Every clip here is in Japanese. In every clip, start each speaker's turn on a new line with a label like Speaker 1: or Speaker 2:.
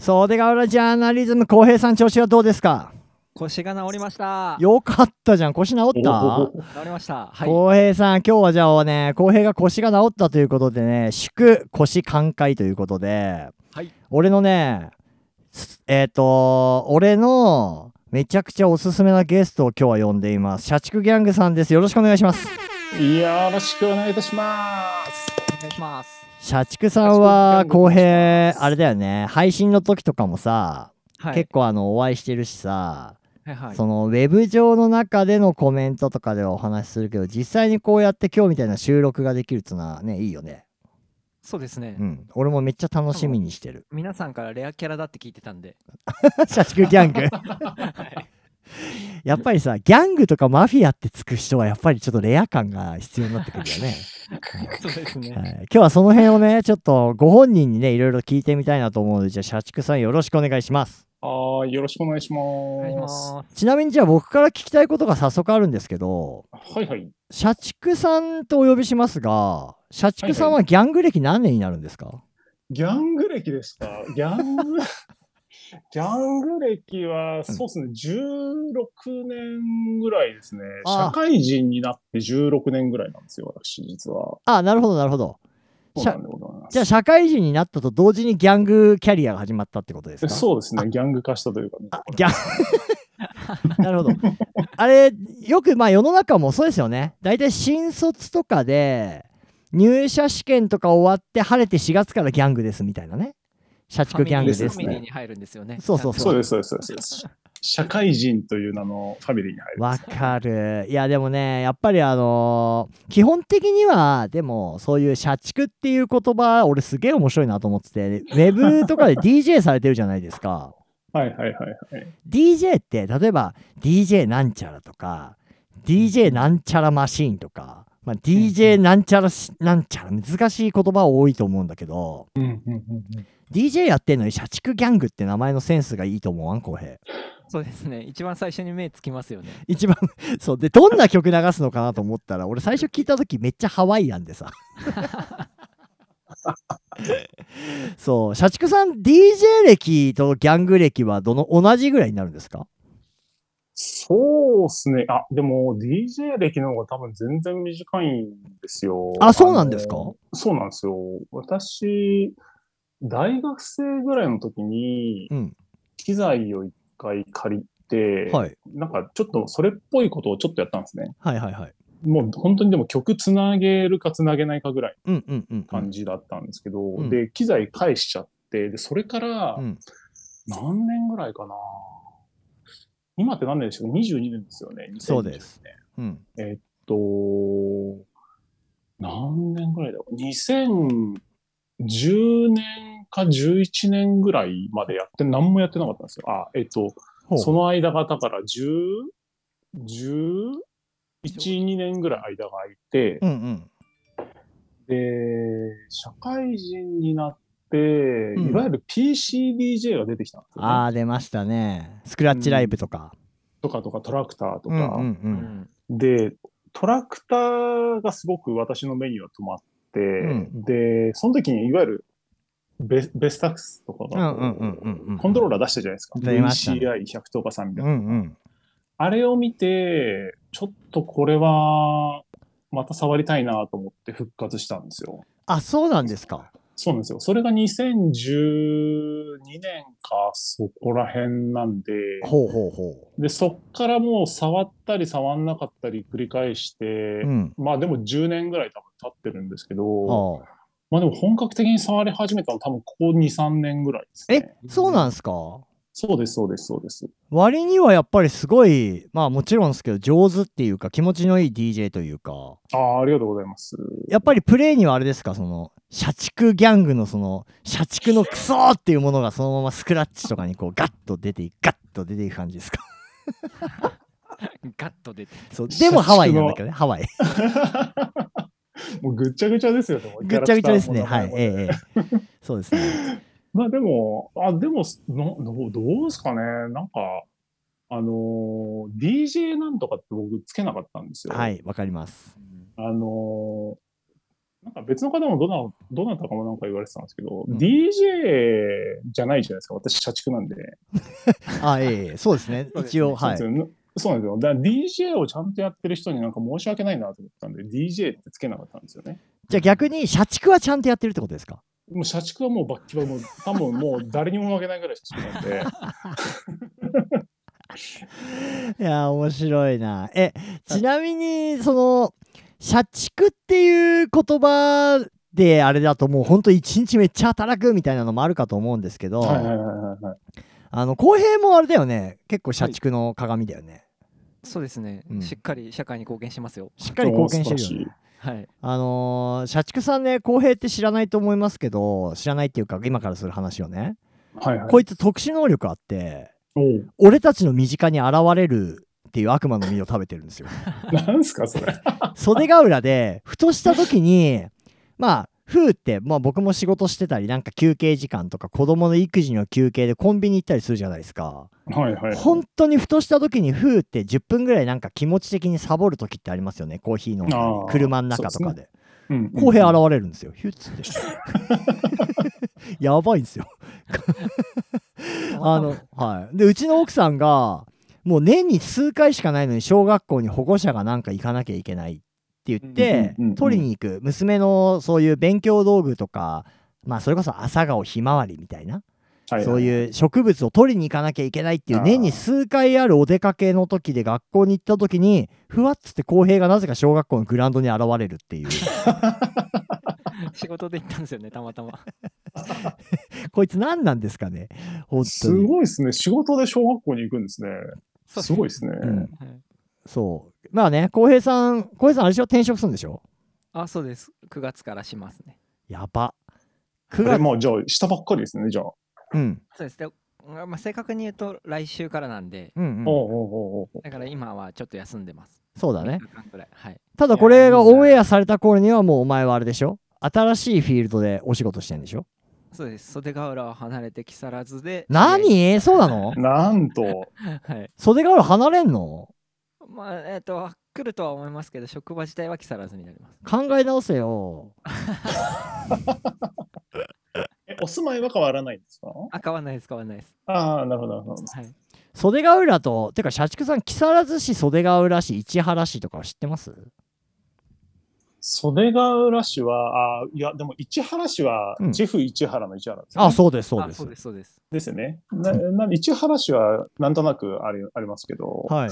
Speaker 1: 袖ヶ浦ジャーナリズム浩平さん調子はどうですか
Speaker 2: 腰が治りました。
Speaker 1: よかったじゃん腰治った
Speaker 2: 治りました。はい。
Speaker 1: 浩平さん今日はじゃあね浩平が腰が治ったということでね祝腰寛解ということで、
Speaker 2: はい
Speaker 1: 俺のねすえっ、と俺のめちゃくちゃおすすめなゲストを今日は呼んでいます社畜ギャングさんですよろしくお願いします
Speaker 3: よろしくお願いいたします。
Speaker 2: お願いします。
Speaker 1: 社畜さんは
Speaker 3: 社畜ギャング
Speaker 1: 浩平あれだよね配信の時とかもさ、
Speaker 2: はい。
Speaker 1: 結構あのお会いしてるしさ
Speaker 2: はいはい。
Speaker 1: そのウェブ上の中でのコメントとかではお話しするけど実際にこうやって今日みたいな収録ができるっていうのはねいいよね
Speaker 2: そうですね
Speaker 1: う。ん俺もめっちゃ楽しみにして る
Speaker 2: 皆さんからレアキャラだって聞いてたんで。
Speaker 1: 社畜ギャングやっぱりさギャングとかマフィアってつく人はやっぱりちょっとレア感が必要になってくるよね、
Speaker 2: そうです ね。
Speaker 1: はい、今日はその辺をねちょっとご本人にねいろいろ聞いてみたいなと思うのでじゃあ社畜さんよろしくお願いします
Speaker 3: はい、よろしくお願いし
Speaker 2: お願いし
Speaker 3: ま。
Speaker 2: ますす。
Speaker 1: ちなみにじゃあ僕から聞きたいことが早速あるんですけど
Speaker 3: はいはい。
Speaker 1: 社畜さんとお呼びしますが社畜さんはギャング歴何年になるんですか、
Speaker 3: ギャング歴ですかギャング、 ギャング歴は、そうですね、16年ぐらいですね。
Speaker 1: ああ
Speaker 3: 社会人になって16年ぐらいなんですよ、私、実は。
Speaker 1: あなるほどなるほど
Speaker 3: そうなんでございます。
Speaker 1: じゃあ社会人になったと同時にギャングキャリアが始まったってことですか
Speaker 3: そうですね、ギャング化したというか、ね、
Speaker 1: あギャンなるほど あれよくまあ世の中もそうですよね大体新卒とかで入社試験とか終わって晴れて4月からギャングですみたいなね社畜ギャングで
Speaker 2: フ
Speaker 1: す
Speaker 2: ァミリー
Speaker 1: ね
Speaker 2: に入るんですよね。
Speaker 1: そうそう
Speaker 3: そうです、そうです、そうです。社会人という名のファミリーに入る。
Speaker 1: わかるいやでもねやっぱりあのー基本的にはでもそういう社畜っていう言葉俺すげえ面白いなと思っててウェブとかで DJ されてるじゃないですか
Speaker 3: はいはいはいはい。
Speaker 1: DJ って例えば DJ なんちゃらとか DJ なんちゃらマシーンとか、まあ、DJ なんちゃらしなんちゃら難しい言葉多いと思うんだけど
Speaker 3: うんうんうんうん
Speaker 1: DJ やってんのに社畜ギャングって名前のセンスがいいと思わん浩平
Speaker 2: そうですね。一番最初に目つきますよね。
Speaker 1: 一番そうでどんな曲流すのかなと思ったら俺最初聞いた時めっちゃハワイアンでさそう社畜さん DJ 歴とギャング歴はどの同じぐらいになるんですか
Speaker 3: そうですね。あ、でも DJ 歴の方が多分全然短いんですよ。
Speaker 1: あそうなんですか
Speaker 3: あのそうなんですよ。私、大学生ぐらいの時に
Speaker 1: うん
Speaker 3: 機材を一回借りて、
Speaker 1: はい
Speaker 3: なんかちょっとそれっぽいことをちょっとやったんですね。
Speaker 1: はいはいはい
Speaker 3: もう本当にでも曲つなげるかつなげないかぐらい
Speaker 1: うんうんうんうん
Speaker 3: 感じだったんですけど、
Speaker 1: ん
Speaker 3: で、機材返しちゃって、で、それから
Speaker 1: うん
Speaker 3: 何年ぐらいかな。今って何年でしょう ?22 年ですよね。
Speaker 1: そうです
Speaker 3: 2020年。
Speaker 1: うん
Speaker 3: えっと、何年ぐらいだろう。2010年か11年ぐらいまでやって、何もやってなかったんですよ。あ、えっと、
Speaker 1: ほう
Speaker 3: その間が、だから10、11、2年ぐらい間が空いて、
Speaker 1: うんうん
Speaker 3: で、社会人になって、
Speaker 1: ん
Speaker 3: いわゆる PCDJ が出てきたんですよ、ね
Speaker 1: ああ出ましたねスクラッチライブとか、
Speaker 3: とかとかトラクターと
Speaker 1: うん、
Speaker 3: か、
Speaker 1: うんうん
Speaker 2: う
Speaker 1: うん。
Speaker 3: で、トラクターがすごく私の目には止まって、
Speaker 1: ん
Speaker 3: で、その時にいわゆるベベスタックスとかが
Speaker 1: うんうんうんうんうん
Speaker 3: コントローラー出したじゃないですか。
Speaker 1: 出ましたね
Speaker 3: VCI100 とかさんみたい
Speaker 1: うん
Speaker 3: な。
Speaker 1: うん
Speaker 3: あれを見て、ちょっとこれはまた触りたいなと思って復活したんですよ。
Speaker 1: あそうなんですか
Speaker 3: そうなんですよ。それが2012年かそこら辺なんで、
Speaker 1: ほうほうほ
Speaker 3: で、そっからもう触ったり触んなかったり繰り返して、
Speaker 1: ううん
Speaker 3: まあでも10年ぐらい多分経ってるんですけど、
Speaker 1: はあ
Speaker 3: まあでも本格的に触り始めたの多分ここ2、3年ぐらいです
Speaker 1: え
Speaker 3: ね。
Speaker 1: そうなんですか
Speaker 3: そうです、そうです、そうです。
Speaker 1: 割にはやっぱりすごいまあもちろんですけど上手っていうか気持ちのいい DJ というか
Speaker 3: ああ、ありがとうござい ます。
Speaker 1: やっぱりプレイにはあれですかその社畜ギャングのその社畜のクソーっていうものがそのままスクラッチとかにこうガッと出ていガッと出ていく感じですか
Speaker 2: んガッと出て。
Speaker 1: そうでもハワイなんだけどねハワイ
Speaker 3: もうぐっちゃぐちゃですよね。もう
Speaker 1: ぐっちゃぐちゃですね
Speaker 3: キャ
Speaker 1: は
Speaker 3: ラ
Speaker 1: い
Speaker 3: クターも名前も
Speaker 1: え えええそうですね
Speaker 3: まあでも、あ、でも、のどうどうですかね。なんか、あのー DJ なんとかって僕つけなかったんですよ。
Speaker 1: はいわかります
Speaker 3: あのーなんか別の方もどな、どなたかもなんか言われてたんですけど、DJ じゃないじゃないですか。私、社畜なんで。
Speaker 1: あ、ええそうですね。一応、はい。
Speaker 3: そうなんですよ。だから DJ をちゃんとやってる人になんか申し訳ないなと思ったんで、DJ ってつけなかったんですよね。
Speaker 1: じゃあ逆に、社畜はちゃんとやってるってことですか
Speaker 3: もう社畜はもうバッキバキもう多分もう誰にも負けないぐらい社畜なん
Speaker 1: い
Speaker 3: で。
Speaker 1: やー、面白いな。え、ちなみに、その、社畜っていう言葉であれだともう本当一日めっちゃ働くみたいなのもあるかと思うんですけど、
Speaker 3: はいはいはいはいはい。
Speaker 1: あの、浩平もあれだよね。結構社畜の鏡だよね。
Speaker 2: そうですね、
Speaker 1: うん
Speaker 2: しっかり社会に貢献してますよ。
Speaker 1: しっかり貢献してるよね。
Speaker 2: はい。
Speaker 1: あのー社畜さんね、浩平って知らないと思いますけど、知らないっていうか、今からする話をね、
Speaker 3: はいはい。
Speaker 1: こいつ特殊能力あって、
Speaker 3: おう
Speaker 1: 俺たちの身近に現れるっていう悪魔の実を食べてるんですよ。
Speaker 3: なんすかそれ。
Speaker 1: 袖ヶ浦で、ふとした時に、まあ、ふうって、まあ僕も仕事してたり、なんか休憩時間とか、子供の育児の休憩でコンビニ行ったりするじゃないですか。
Speaker 3: はいはい。
Speaker 1: 本当にふとした時に、ふうって10分ぐらいなんか気持ち的にサボる時ってありますよね、コーヒー飲んだ
Speaker 3: あー
Speaker 1: り、車の中と
Speaker 3: そ
Speaker 1: か
Speaker 3: う
Speaker 1: で。
Speaker 3: うん
Speaker 1: 公平現れるんですよ。ヒュッつって。 やばいんですよ。あの、はい。で、うちの奥さんが、もう年に数回しかないのに、小学校に保護者がなんか行かなきゃいけないって言って
Speaker 3: うんうんうんうん、
Speaker 1: 取りに行く、娘のそういう勉強道具とか、まあ、それこそ朝顔ひまわりみたいな、
Speaker 3: は
Speaker 1: そう
Speaker 3: う。
Speaker 1: いう植物を取りに行かなきゃいけないっていう
Speaker 3: あー
Speaker 1: 年に数回あるお出かけの時で学校に行った時にふわっつって公平がなぜか小学校のグラウンドに現れるって いう
Speaker 2: 仕事で行ったんですよね、たまたま。
Speaker 1: こいつ何なんですかね本当
Speaker 3: す
Speaker 1: に、
Speaker 3: ごいですね。仕事で小学校に行くんですね。
Speaker 2: そう
Speaker 3: すごいですね。
Speaker 1: うん、
Speaker 2: はい
Speaker 1: そうまあね浩平さん浩平さんあれでしょ転職するんでしょ
Speaker 2: あ、そうです。9月からしますね。
Speaker 1: やば
Speaker 3: あ
Speaker 1: 9
Speaker 3: れ
Speaker 1: 月
Speaker 3: まあじゃあ、下ばっかりですね、じゃあ。
Speaker 1: うん
Speaker 2: そうです。でまあ、正確に言うと、来週からなんで、
Speaker 1: うんうん
Speaker 3: おうおうおうおう
Speaker 2: だから今はちょっと休んでます。
Speaker 1: そうだね
Speaker 2: 三日間ぐらい。はい。
Speaker 1: ただこれがオンエアされた頃にはもうお前はあれでしょ新しいフィールドでお仕事してんでしょ
Speaker 2: そうです。袖ヶ浦を離れて木更津で。試
Speaker 1: 何そうなの
Speaker 3: なんと、
Speaker 2: 合はい。
Speaker 1: 袖ヶ浦離れんの
Speaker 2: まあ、えっ、と、来るとは思いますけど、職場自体は木更津になります。
Speaker 1: 考え直せよ
Speaker 3: えお住まいは変わらないんですか
Speaker 2: あ、買わないです、買わないです。
Speaker 3: ああ、なるほど、なるほど。
Speaker 2: はい。
Speaker 1: 袖ヶ浦とてか社畜さん木更津市袖ヶ浦市市原市とかは知ってます
Speaker 3: 袖ヶ浦市は、あーいや、でも市原市は
Speaker 1: う、ん
Speaker 3: ジェフ市原の市原です、ね
Speaker 1: あそうですそう
Speaker 2: あ
Speaker 1: です
Speaker 2: そうです、そうです。
Speaker 3: ですよね。ななんで市原市はなんとなくありありますけど、
Speaker 1: はい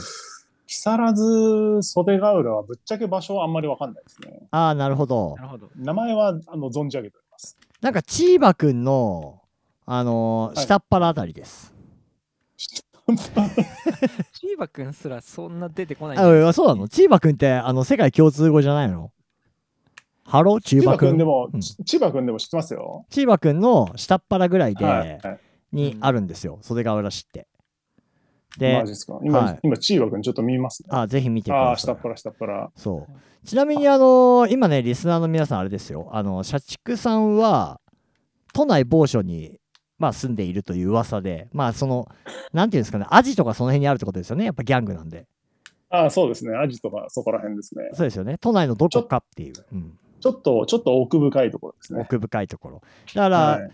Speaker 3: 木更津、袖ヶ浦はぶっちゃけ場所はあんまりわかんないですね。
Speaker 1: ああなるほど
Speaker 2: なるほど。
Speaker 3: 名前はあの存じ上げております。
Speaker 1: なんかチーバくんのあのー
Speaker 3: はい
Speaker 1: 下っ腹あたりです、
Speaker 2: チーバくんすらそんな出てこないん
Speaker 1: あ
Speaker 2: です
Speaker 1: あそうなのチーバくんってあの世界共通語じゃないのハローチ
Speaker 3: 千
Speaker 1: ー
Speaker 3: 葉
Speaker 1: バく
Speaker 3: 君
Speaker 1: ん
Speaker 3: でも、
Speaker 1: うん
Speaker 3: ち千葉君でも知ってますよ。
Speaker 1: チーバくんの下っ腹ぐらいで、
Speaker 3: はい。はい
Speaker 1: にあるんですよ袖ヶ浦市ってで
Speaker 3: マジですか。今、
Speaker 1: はい
Speaker 3: 今千葉君ちょっと見ますね。
Speaker 1: あぜひ見てく
Speaker 3: ああ
Speaker 1: だ
Speaker 3: ー、下
Speaker 1: さい
Speaker 3: っ腹、下っ腹。
Speaker 1: そうちなみにあのー今ねリスナーの皆さんあれですよあの社畜さんは都内某所にまあ住んでいるという噂でまあそのなんていうんですかねアジとかその辺にあるってことですよねやっぱギャングなんで
Speaker 3: ああ、そうですね。アジとかそこら辺ですね。
Speaker 1: そうですよね都内のどこかっていう、うん、
Speaker 3: ちょっと、ちょっと奥深いところですね。
Speaker 1: 奥深いところだから、
Speaker 3: はい、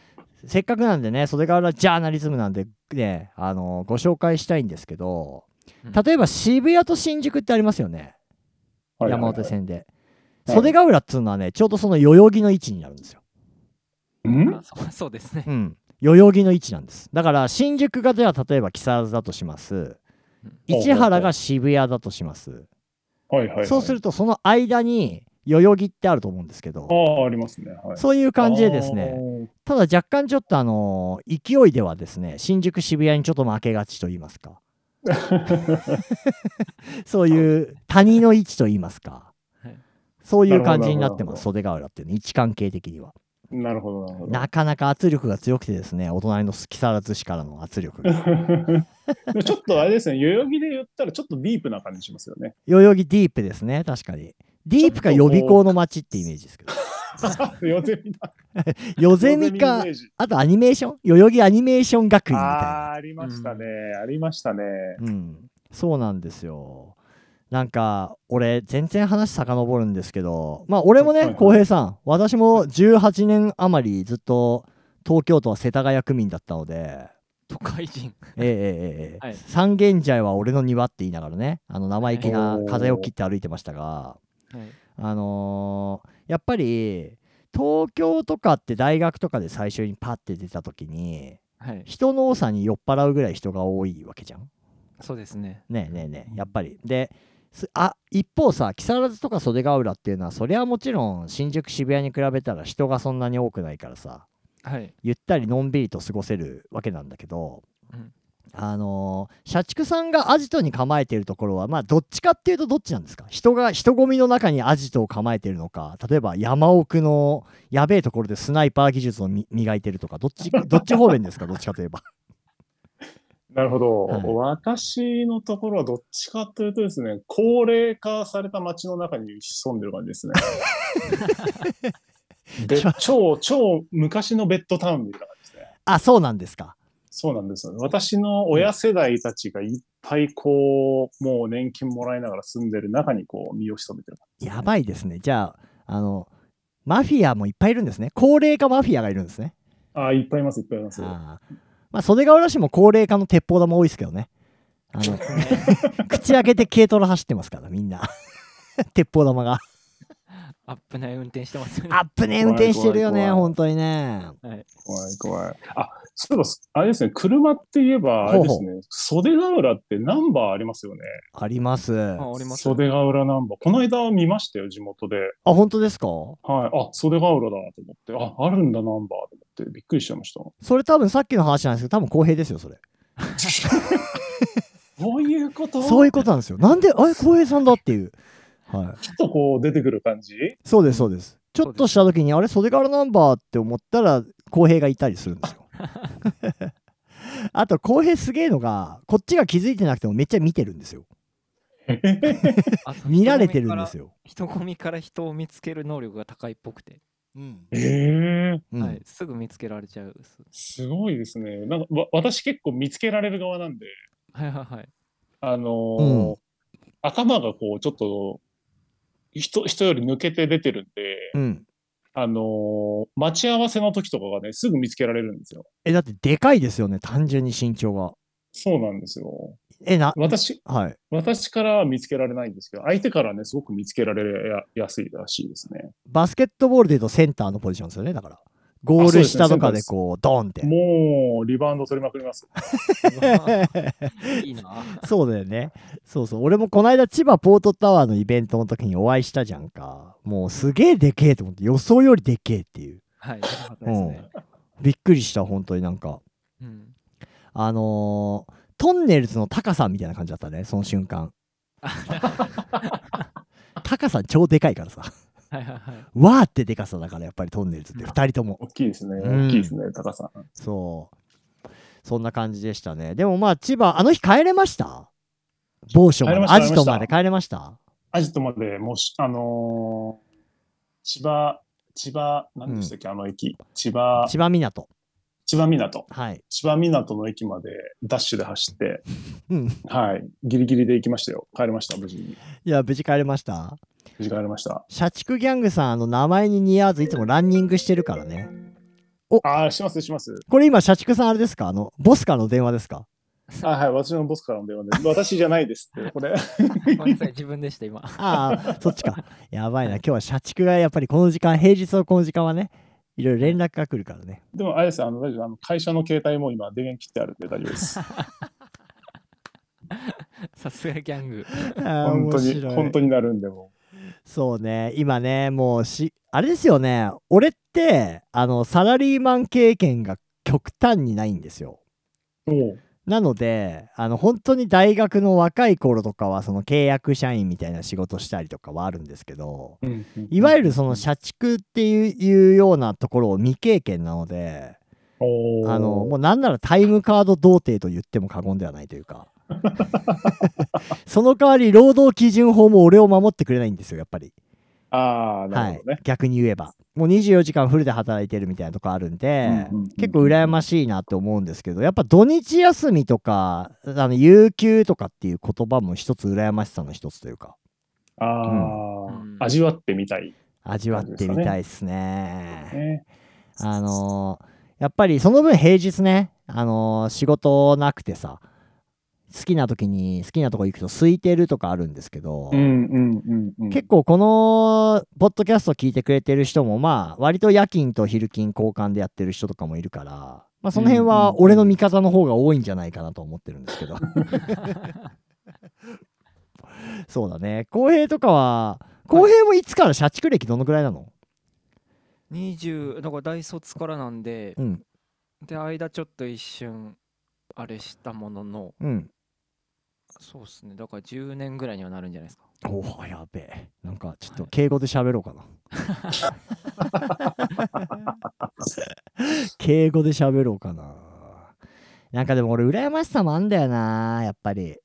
Speaker 1: せっかくなんでね袖ヶ浦ジャーナリズムなんでねあのご紹介したいんですけど
Speaker 2: うん
Speaker 1: 例えば渋谷と新宿ってありますよね、
Speaker 3: はい
Speaker 1: 山手。線で、
Speaker 3: はい
Speaker 1: 袖ヶ浦っつうのはねちょうどその代々木の位置になるんですよ、
Speaker 3: ん
Speaker 2: あそう そうですね。
Speaker 1: うん、代々木の位置なんですだから新宿がでは例えば木更津だとします
Speaker 2: うん
Speaker 1: 市原が渋谷だとします
Speaker 3: はいはい、はい。
Speaker 1: そうするとその間に代々木ってあると思うんですけど
Speaker 3: ああ、ありますね。はい。
Speaker 1: そういう感じでですねただ若干ちょっとあの勢いではですね新宿渋谷にちょっと負けがちと言います かそういう谷の位置と言いますか、
Speaker 2: はい
Speaker 1: そういう感じになってま
Speaker 3: な
Speaker 1: す
Speaker 3: るほどなるほど
Speaker 1: 袖ヶ浦っていうね位置関係的には
Speaker 3: あー。なるほど、なるほど。
Speaker 1: なかなか圧力が強くてですねお隣の木更津市からの圧力が
Speaker 3: でもちょっとあれですね、代々木で言ったらちょっとディープな感じしますよ ね。
Speaker 1: 代々木ディープですね確かにディープか予備校の街ってイメージですけど
Speaker 3: ヨゼミだ。
Speaker 1: ヨゼミか
Speaker 3: ヨゼイメージ
Speaker 1: あとアニメーション代々木アニメーション学院みたいな
Speaker 3: あーありましたね、ありましたね。
Speaker 1: うん、そうなんですよ。なんか俺全然話遡るんですけどまあ俺も
Speaker 3: はいは
Speaker 1: ね
Speaker 3: い
Speaker 1: 浩平さん私も18年余りずっと東京都は世田谷区民だったので
Speaker 2: 都会人。
Speaker 1: ええええええ
Speaker 2: はい
Speaker 1: 三軒茶屋は俺の庭って言いながらねあの生意気な
Speaker 3: おー
Speaker 1: 風を切って歩いてましたが
Speaker 2: はい
Speaker 1: あのーやっぱり東京とかって大学とかで最初にパッて出た時に
Speaker 2: はい。
Speaker 1: 人の多さに酔っ払うぐらい人が多いわけじゃん
Speaker 2: そうですね。
Speaker 1: ねえねえね
Speaker 3: う
Speaker 1: え
Speaker 3: ん
Speaker 1: やっぱりですあ一方さ木更津とか袖ヶ浦っていうのはそりゃもちろん新宿渋谷に比べたら人がそんなに多くないからさ
Speaker 2: はい。
Speaker 1: ゆったりのんびりと過ごせるわけなんだけど、
Speaker 2: うん
Speaker 1: あのー社畜さんがアジトに構えているところはまあどっちかっていうとどっちなんですか人が人混みの中にアジトを構えているのか例えば山奥のやべえところでスナイパー技術をみ磨いてるとかどっちどっち方面ですかどっちかといえば。
Speaker 3: なるほど、
Speaker 1: はい
Speaker 3: 私のところはどっちかというとですね、高齢化された街の中に潜んでる感じですね。で超、超昔のベッドタウンみたいな感じですね。
Speaker 1: あそうなんですか。
Speaker 3: そうなんですよね。私の親世代たちがいっぱいこう、もう年金もらいながら住んでる中にこう、身を潜めてる感じですね、
Speaker 1: やばいですね。じゃあ、あの、マフィアもいっぱいいるんですね。高齢化マフィアがいるんですね。
Speaker 3: あーいっぱいいます、いっぱいいます。
Speaker 1: あーまあ、袖ヶ浦市も高齢化の鉄砲玉多いですけどね。あ の、口開けて軽トラ走ってますから、みんな。 鉄砲玉 が。
Speaker 2: アップない運転してますよね。
Speaker 1: あっぶねえ運転してるよ
Speaker 3: 怖い
Speaker 1: ね、
Speaker 3: 怖い
Speaker 1: 本当にね。
Speaker 3: 怖い怖い。あ、そういえば、あれですね、車って言えば、あれですね、袖ヶ浦ってナンバーありますよね。
Speaker 1: あります。
Speaker 2: あ、
Speaker 1: あ、
Speaker 2: おります。
Speaker 3: 袖ヶ浦ナンバー。この間見ましたよ、地元で。
Speaker 1: 本当ですか
Speaker 3: はい。あ、袖ヶ浦だと思って、あ、あるんだ、ナンバーと思って、びっくりしちゃい ました。
Speaker 1: それ多分さっきの話なんですけど、多分公平ですよ、それ。
Speaker 3: そういうこと
Speaker 1: そういうことなんですよ。なんで、あれ、公平さんだっていう。はい。
Speaker 3: ちょっとこう出てく る感じ
Speaker 1: そうです、そうです。ちょっとした時に、あれ、袖からナンバーって思ったら、浩平がいたりするんですよ。あと、浩平すげえのが、こっちが気づいてなくてもめっちゃ見てるんですよ。
Speaker 2: あと
Speaker 1: 見られてるんですよ。
Speaker 2: 人混みから人を見つける能力が高いっぽくて、
Speaker 1: うん
Speaker 3: ええ
Speaker 1: うん
Speaker 2: はい、すぐ見つけられちゃうっす。
Speaker 3: すごいですね。なんかわ私結構見つけられる側なんで、
Speaker 2: はいはい はい。
Speaker 3: あのー
Speaker 1: うん
Speaker 3: 頭がこう、ちょっと、人人より抜けて出てるんで、
Speaker 1: うん
Speaker 3: あのー待ち合わせの時とかがね、すぐ見つけられるんですよ。
Speaker 1: え、だって、でかいですよね、単純に身長が。
Speaker 3: そうなんですよ。
Speaker 1: え、な、
Speaker 3: 私、
Speaker 1: はい。
Speaker 3: 私からは見つけられないんですけど、相手からね、すごく見つけられややすいらしいですね。
Speaker 1: バスケットボールで言うとセンターのポジションですよね、だから。ゴール下とかでこう、ドーンって。
Speaker 3: もう、リバウンド取りまくります。
Speaker 2: いいな。
Speaker 1: そうだよね。そうそう。俺もこないだ千葉ポートタワーのイベントの時にお会いしたじゃんか。もうすげえでけえと思って予想よりでけえっていう。
Speaker 2: はい、よかったですね。
Speaker 1: びっくりした、本当になんか。
Speaker 2: うん。
Speaker 1: あのートンネルズの高さんみたいな感じだったね、その瞬 間。高さん超でかいからさ。
Speaker 2: はいはいはい。
Speaker 1: わーってでかさだから、やっぱりトンネルズって2人とも。
Speaker 3: 大きいですね。
Speaker 1: うん
Speaker 3: 大きいですね、高さん。
Speaker 1: そう。そんな感じでしたね。でもまあ、千葉、あの日帰れました某所まで、
Speaker 3: 帰れまし
Speaker 1: ア
Speaker 3: た
Speaker 1: ジトまで帰れました
Speaker 3: アジトまでもうし、あのー千葉、千葉、何でしたっけ、あの駅。千葉、
Speaker 1: 千葉港。
Speaker 3: 千葉港。
Speaker 1: はい。
Speaker 3: 千葉港の駅までダッシュで走って、
Speaker 1: うん。
Speaker 3: はい。ギリギリで行きましたよ。帰りました、無事に。
Speaker 1: いや、無事帰れました
Speaker 3: 無事帰りました。
Speaker 1: 社畜ギャングさん、あの、名前に似合わず、いつもランニングしてるからね。
Speaker 3: ああ、します、します。
Speaker 1: これ今、社畜さんあれですかあの、ボスからの電話ですか
Speaker 3: あはい。私のボスからの電話で、私じゃないですって、これ。
Speaker 2: ごめんなさい、自分でした、今。
Speaker 1: ああ、 そっちか。やばいな。今日は社畜がやっぱりこの時間、平日のこの時間はね、いろいろ連絡が来るからね。
Speaker 3: でも、あれです、あの、大丈夫。あの会社の携帯も今、電源切ってあるんで大丈夫です。
Speaker 2: さすがギャング。
Speaker 1: ああ、
Speaker 3: 本当
Speaker 1: 面
Speaker 3: に、
Speaker 1: 白
Speaker 3: 本
Speaker 1: い。
Speaker 3: 当になるんで、も
Speaker 1: そうね、今ね、もうし、あれですよね、俺って、あの、サラリーマン経験が極端にないんですよ。
Speaker 3: う。もう
Speaker 1: なのであの本当に大学の若い頃とかはその契約社員みたいな仕事したりとかはあるんですけどいわゆるその社畜っていういうようなところを未経験なので
Speaker 3: おー
Speaker 1: あのもうなんならタイムカード童貞と言っても過言ではないという かその代わり労働基準法も俺を守ってくれないんですよやっぱり
Speaker 3: ああ、な
Speaker 1: は
Speaker 3: る
Speaker 1: い
Speaker 3: ほどね。、
Speaker 1: 逆に言えばもう24時間フルで働いてるみたいなとこあるんで、
Speaker 3: うんうんうん
Speaker 1: 結構羨ましいなって思うんですけどやっぱ土日休みとかあの有給とかっていう言葉も一つ羨ましさの一つというか
Speaker 3: ああ、
Speaker 2: うん
Speaker 3: 味わってみたい、
Speaker 1: 味わってみたいですね。
Speaker 3: ね。
Speaker 1: あのーやっぱりその分平日ね、あのー仕事なくてさ好きな時に好きなとこ行くと空いてるとかあるんですけど、
Speaker 3: うんうんうんうん。
Speaker 1: 結構このポッドキャスト聞いてくれてる人もまあ割と夜勤と昼勤交換でやってる人とかもいるから、まあ、その辺
Speaker 3: うんうん
Speaker 1: は俺の味方の方が多いんじゃないかなと思ってるんですけ どそうだね浩平とかは浩平もいつから社畜歴どのくらいなの、
Speaker 2: 20だから大卒からなんで
Speaker 1: うん
Speaker 2: で間ちょっと一瞬あれしたものの
Speaker 1: うん
Speaker 2: そうですねだから10年ぐらいにはなるんじゃないですか
Speaker 1: おおやべえなんかちょっと敬語で喋ろうかな 敬語で喋ろうかななんかでも俺羨ましさもあんだよなやっぱり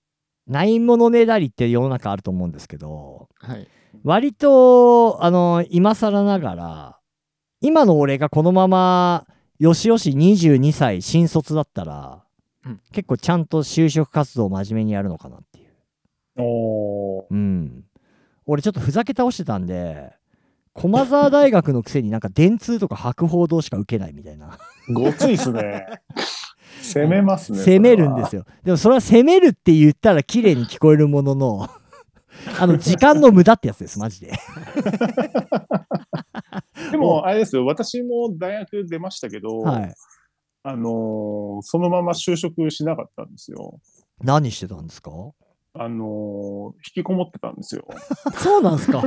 Speaker 1: ないものねだりって世の中あると思うんですけど
Speaker 2: はい
Speaker 1: 割とあの今更ながら今の俺がこのままよしよし22歳新卒だったら、
Speaker 2: うん
Speaker 1: 結構ちゃんと就職活動を真面目にやるのかなっていう
Speaker 3: おー
Speaker 1: うん。俺ちょっとふざけ倒してたんで、駒沢大学のくせになんか電通とか博報堂しか受けないみたいな。
Speaker 3: ごついっ すね。攻めますね。
Speaker 1: 攻めるんです
Speaker 3: よ。
Speaker 1: よ。でもそれは攻めるって言ったら綺麗に聞こえるもの の、あの時間の無駄ってやつです、マジで。
Speaker 3: でも、あれですよ、私も大学出ましたけど、
Speaker 1: はい。
Speaker 3: あのーそのまま就職しなかったんですよ。
Speaker 1: 何してたんですか
Speaker 3: あのー引きこもってたん ですよ、
Speaker 1: そうなん ですか。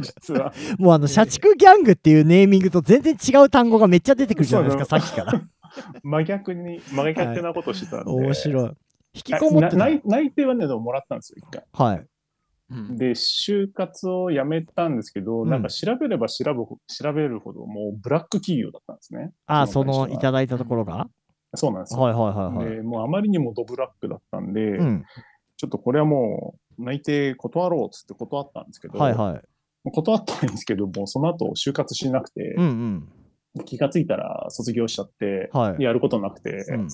Speaker 3: 実は。
Speaker 1: もうあの、社畜ギャングっていうネーミングと全然違う単語がめっちゃ出てくるじゃないですか、さっ
Speaker 3: そ
Speaker 1: き から。
Speaker 3: 真逆に、真逆なことしてたんで。
Speaker 1: 面白い。引き
Speaker 3: あ
Speaker 1: こもってた。
Speaker 3: な内内定はね、でももらったんですよ、一回。
Speaker 1: はい。
Speaker 2: うん
Speaker 3: で、就活をやめたんですけど、
Speaker 1: うん
Speaker 3: なんか調べれば調べほ調べるほど、もうブラック企業だったんですね。
Speaker 1: ああ、
Speaker 3: そ
Speaker 1: そ
Speaker 3: の会社は
Speaker 1: のいただいたところが、
Speaker 3: そうなんですよ。
Speaker 1: はいはいはいはい。
Speaker 3: でもうあまりにもドブラックだったんで、
Speaker 1: うん。
Speaker 3: ちょっとこれはもう内定断ろうっつって断ったんですけど、
Speaker 1: はいはい。
Speaker 3: もう断ったんですけど、もうその後就活しなくて
Speaker 1: う、ん
Speaker 3: 気がついたら卒業しちゃって、
Speaker 1: うん。はい。
Speaker 3: やることなくて、
Speaker 1: うん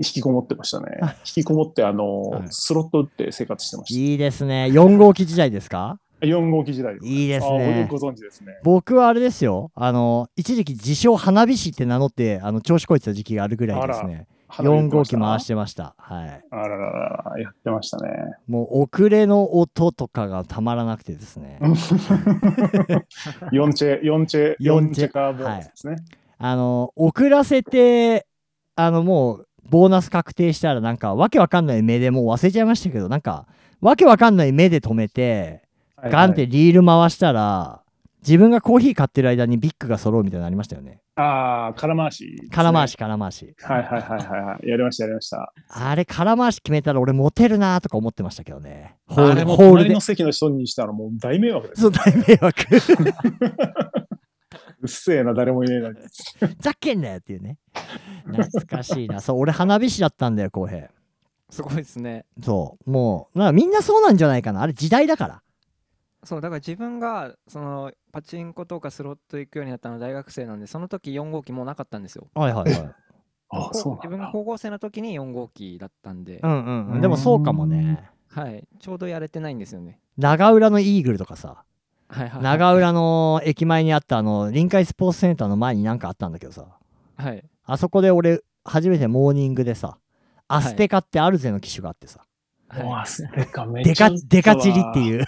Speaker 3: 引きこもってましたね
Speaker 1: あ。
Speaker 3: 引きこもって、あの、
Speaker 1: はい
Speaker 3: スロット打って生活してまし
Speaker 1: いいですね。4号機時代ですか
Speaker 3: た。4号機時代です。
Speaker 1: いいです
Speaker 3: あ
Speaker 1: ね
Speaker 3: ご。ご存知ですね。。
Speaker 1: 僕はあれですよ。あの、一時期自称花火師って名乗って、あの、調子こいてた時期があるぐらいですね。4号機回しててました。はい。
Speaker 3: あらららら、やってましたね。
Speaker 1: もう、遅れの音とかがたまらなくてですね。
Speaker 3: 4チェ、4チェ、
Speaker 1: 四チ
Speaker 3: 4チ
Speaker 1: ェ
Speaker 3: ェカーボーナスですね。
Speaker 1: あの、遅らせて、あの、もう、ボーナス確定したら、なんか、わけわかんない目でもう忘れちゃいましたけど、なんか、わけわかんない目で止めて、
Speaker 3: はい
Speaker 1: ガンってリール回したら、自分がコーヒー買ってる間にビッグが揃うみたいなのありましたよね。
Speaker 3: ああ、空回しですね、
Speaker 1: 空回し、空回し。
Speaker 3: はいはいはいはいはい。やりました、やりました。
Speaker 1: あれ、空回し決めたら俺モテるなとか思ってましたけどね。ホー
Speaker 3: あ
Speaker 1: ル
Speaker 3: れも
Speaker 1: ホール
Speaker 3: 隣
Speaker 1: で
Speaker 3: の。席の人にしたらもう大迷 惑です。
Speaker 1: そう、大迷惑。
Speaker 3: うっせえな、誰もいねえのに。
Speaker 1: ざっけんなよっていうね。懐かしいな。そう、俺花火師だったんだよ、浩平。
Speaker 2: すごいですね
Speaker 1: そう、もう、なんかみんなそうなんじゃないかな。あれ、時代だから。
Speaker 2: そうだから自分がそのパチンコとかスロット行くようになったのは大学生なんでその時4号機もうなかったんですよ
Speaker 1: はいはいはい。
Speaker 3: ああ、
Speaker 2: こ
Speaker 3: そう
Speaker 2: 自
Speaker 3: なん
Speaker 2: 分が
Speaker 3: だ。
Speaker 2: 高校生の時に4号機だったんで、
Speaker 1: うんうんうん。でもそうかもね。
Speaker 2: はいちょうどやれてないんですよね
Speaker 1: 長浦のイーグルとかさ、
Speaker 2: はいはい
Speaker 1: 長浦の駅前にあったあの、臨海スポーツセンターの前になんかあったんだけどさ。
Speaker 2: はい
Speaker 1: あそこで俺、初めてモーニングでさ、アステカってアルゼの機種があってさ、
Speaker 2: はい
Speaker 3: わ、ステカめ
Speaker 1: デカ、デカチ
Speaker 3: ち
Speaker 1: リって
Speaker 3: う。
Speaker 1: いう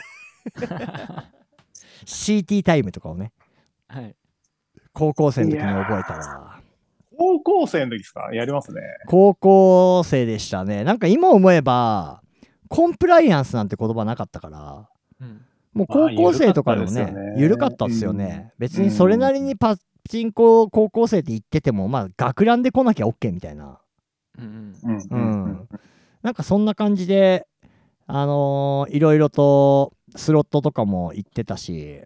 Speaker 1: CT タイムとかをね、
Speaker 2: はい
Speaker 1: 高校生の時に覚えたわ。
Speaker 3: 高校生の時ですかやりますね。
Speaker 1: 高校生でしたね。なんか今思えば、コンプライアンスなんて言葉なかったから、
Speaker 2: うん
Speaker 1: もう高校生とかでも
Speaker 3: まあ
Speaker 1: ね、緩
Speaker 3: 緩
Speaker 1: か
Speaker 3: か
Speaker 1: っ
Speaker 3: ったた
Speaker 1: っ
Speaker 3: っ
Speaker 1: す
Speaker 3: す
Speaker 1: よ
Speaker 3: よ
Speaker 1: ね。
Speaker 3: ね
Speaker 1: 別にそれなりにパチンコを高校生って言ってても、まあ学ランで来なきゃ OK みたいな。
Speaker 2: うんうん
Speaker 3: うんう
Speaker 1: うん
Speaker 3: んうん。
Speaker 1: なんかそんな感じで、あのーいろいろとスロットとかも行ってたし、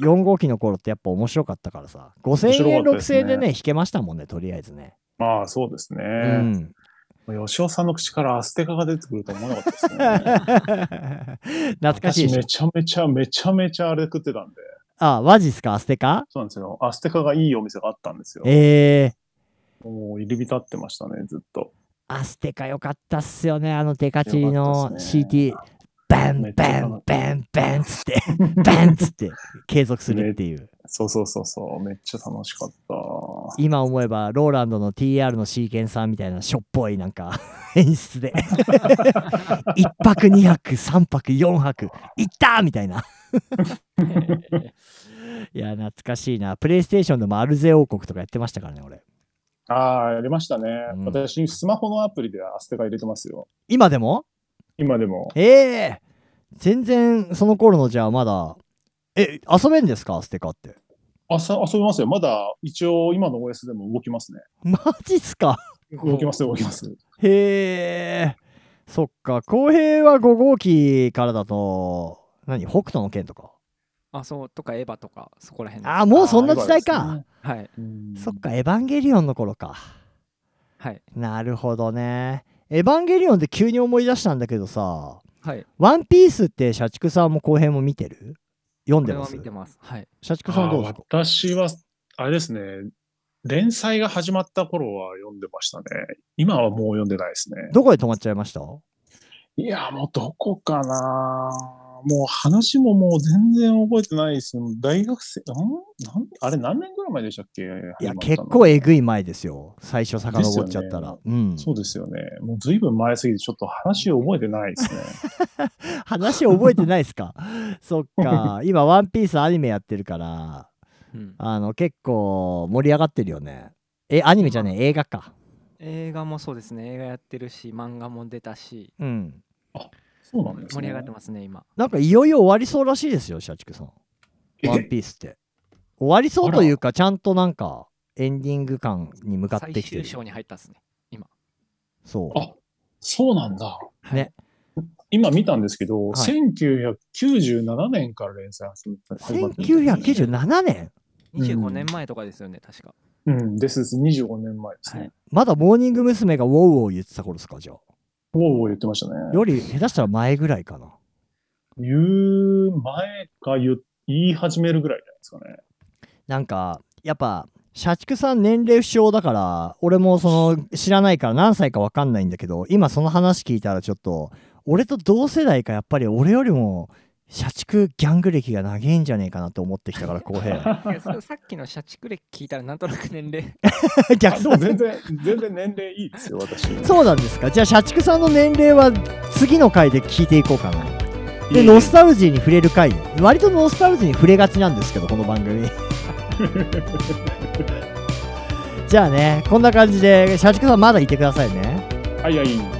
Speaker 1: 4号機の頃ってやっぱ面白かったからさ、5000円、
Speaker 3: 面白かったです
Speaker 1: 6000
Speaker 3: ね
Speaker 1: 円でね、引けましたもんね、とりあえずね。
Speaker 3: まあ、そうです
Speaker 1: う
Speaker 3: ね。
Speaker 1: ん。
Speaker 3: 吉尾さんの口からアステカが出てくると思わなかったですね。
Speaker 1: 懐かしい
Speaker 3: 私
Speaker 1: し
Speaker 3: め。ちゃめちゃ、めちゃめちゃあれ食ってたんで。
Speaker 1: あ、和ジっすかアステカ
Speaker 3: そうなんですよ。アステカがいいお店があったんですよ。
Speaker 1: ええ
Speaker 3: もう入り浸ってましたね、ずっと。
Speaker 1: アステカ良かったっすよね。あのデカチリの
Speaker 3: よかったっすね
Speaker 1: CT。バンバンバンバンつって、 バンつって継続するっていう。
Speaker 3: そうそうそうそう。めっちゃ楽しかった。
Speaker 1: 今思えばローランドの TR のシーケンさんみたいなしょっぽいなんか 演出で一泊二泊三泊四泊行ったみたいな いや懐かしいなプレイステーションでもアルゼ王国とかやってましたからね俺
Speaker 3: ああ、やりましたね。
Speaker 1: うん
Speaker 3: 私、スマホのアプリでアステカ入れてますよ。
Speaker 1: 今でも
Speaker 3: 今でも。
Speaker 1: ええ全然その頃のじゃあまだえ遊べんですかステカって
Speaker 3: 朝遊びますよ。まだ一応今の OS でも動きますね。
Speaker 1: マジっすか
Speaker 3: 動きます、動きます。
Speaker 1: へえそっか浩平は5号機からだと何北斗の剣とか
Speaker 2: あ、そう、とかエヴァとか、そこら辺
Speaker 1: あーもうそんな時代か、
Speaker 2: あ、はい、
Speaker 1: そっか、エヴァンゲリオンの頃か。
Speaker 2: はい、
Speaker 1: なるほどね。エヴァンゲリオンって急に思い出したんだけどさ、
Speaker 2: はい。
Speaker 1: ワンピースって社畜さんも後編も見てる読ん
Speaker 2: こ
Speaker 1: で
Speaker 2: れ
Speaker 1: ま
Speaker 2: は
Speaker 1: す
Speaker 2: 見てます。はい。
Speaker 1: 社畜さん
Speaker 3: あ
Speaker 1: はどうです
Speaker 3: ー
Speaker 1: か
Speaker 3: 私は、あれですね、連載が始まった頃は読んでましたね。今はもう読んでないですね。
Speaker 1: どこで止まっちゃいました
Speaker 3: いや、もうどこかな。もう話ももう全然覚えてないです。大学生、んなんあれ何年ぐらい前でしたっけ
Speaker 1: いや
Speaker 3: 始まったの
Speaker 1: 結構えぐい前ですよ最初遡っちゃったら、うん
Speaker 3: そうですよね。もう随分前すぎてちょっと話を覚えてないですね。
Speaker 1: 話覚えてないですかそっか今「ワンピースアニメやってるから
Speaker 2: うん、
Speaker 1: あの結構盛り上がってるよねえアニメじゃねえ映画か
Speaker 2: 映画もそうですね。映画やってるし、漫画も出たし、
Speaker 1: うん
Speaker 3: そうなんです、ね、
Speaker 2: 盛り上がってますね、今。
Speaker 1: なんかいよいよ終わりそうらしいですよ社畜さんワンピースって。終わりそうというか、ちゃんとなんか、エンディング感に向かっ
Speaker 2: 最
Speaker 1: てきて
Speaker 2: 終
Speaker 1: る。
Speaker 2: 章に入ったっすね。
Speaker 1: そ
Speaker 3: あそうなんだ。
Speaker 1: ね
Speaker 3: 今見たんですけど、
Speaker 1: はい
Speaker 3: 1997年から連載始ま
Speaker 1: う。
Speaker 3: った。1990
Speaker 1: 1997年
Speaker 2: 25年前とかですよね、確か。
Speaker 3: うん、ですです。25年前ですね。
Speaker 2: はい
Speaker 1: まだモーニング娘。がウォウウォウ言ってた頃ですか、じゃあ。
Speaker 3: ウォーウォー言ってましたね。
Speaker 1: より下手したら前ぐらいかな。
Speaker 3: 言う前か言う言い始めるぐらいじゃないです
Speaker 1: なんか、やっぱ、社畜さん年齢不詳だから、俺もその知らないから何歳か分かんないんだけど、今その話聞いたらちょっと、俺と同世代かやっぱり俺よりも社畜ギャング歴が長いんじゃねえかなと思ってきたから、公 平。
Speaker 3: か
Speaker 2: い
Speaker 3: ね。
Speaker 2: やそれさっきの社畜歴聞いたら、なんとなく年齢。
Speaker 1: 逆
Speaker 3: そう全然、全然年齢いいですよ、私。
Speaker 1: そうなんですかじゃあ社畜さんの年齢は次の回で聞いていこうかなで
Speaker 3: いい
Speaker 1: ノスタルジーに触れる回割とノスタルジーに触れがちなんですけどこの番 組じゃあねこんな感じで社畜さんまだいてくださいね
Speaker 3: はいはい。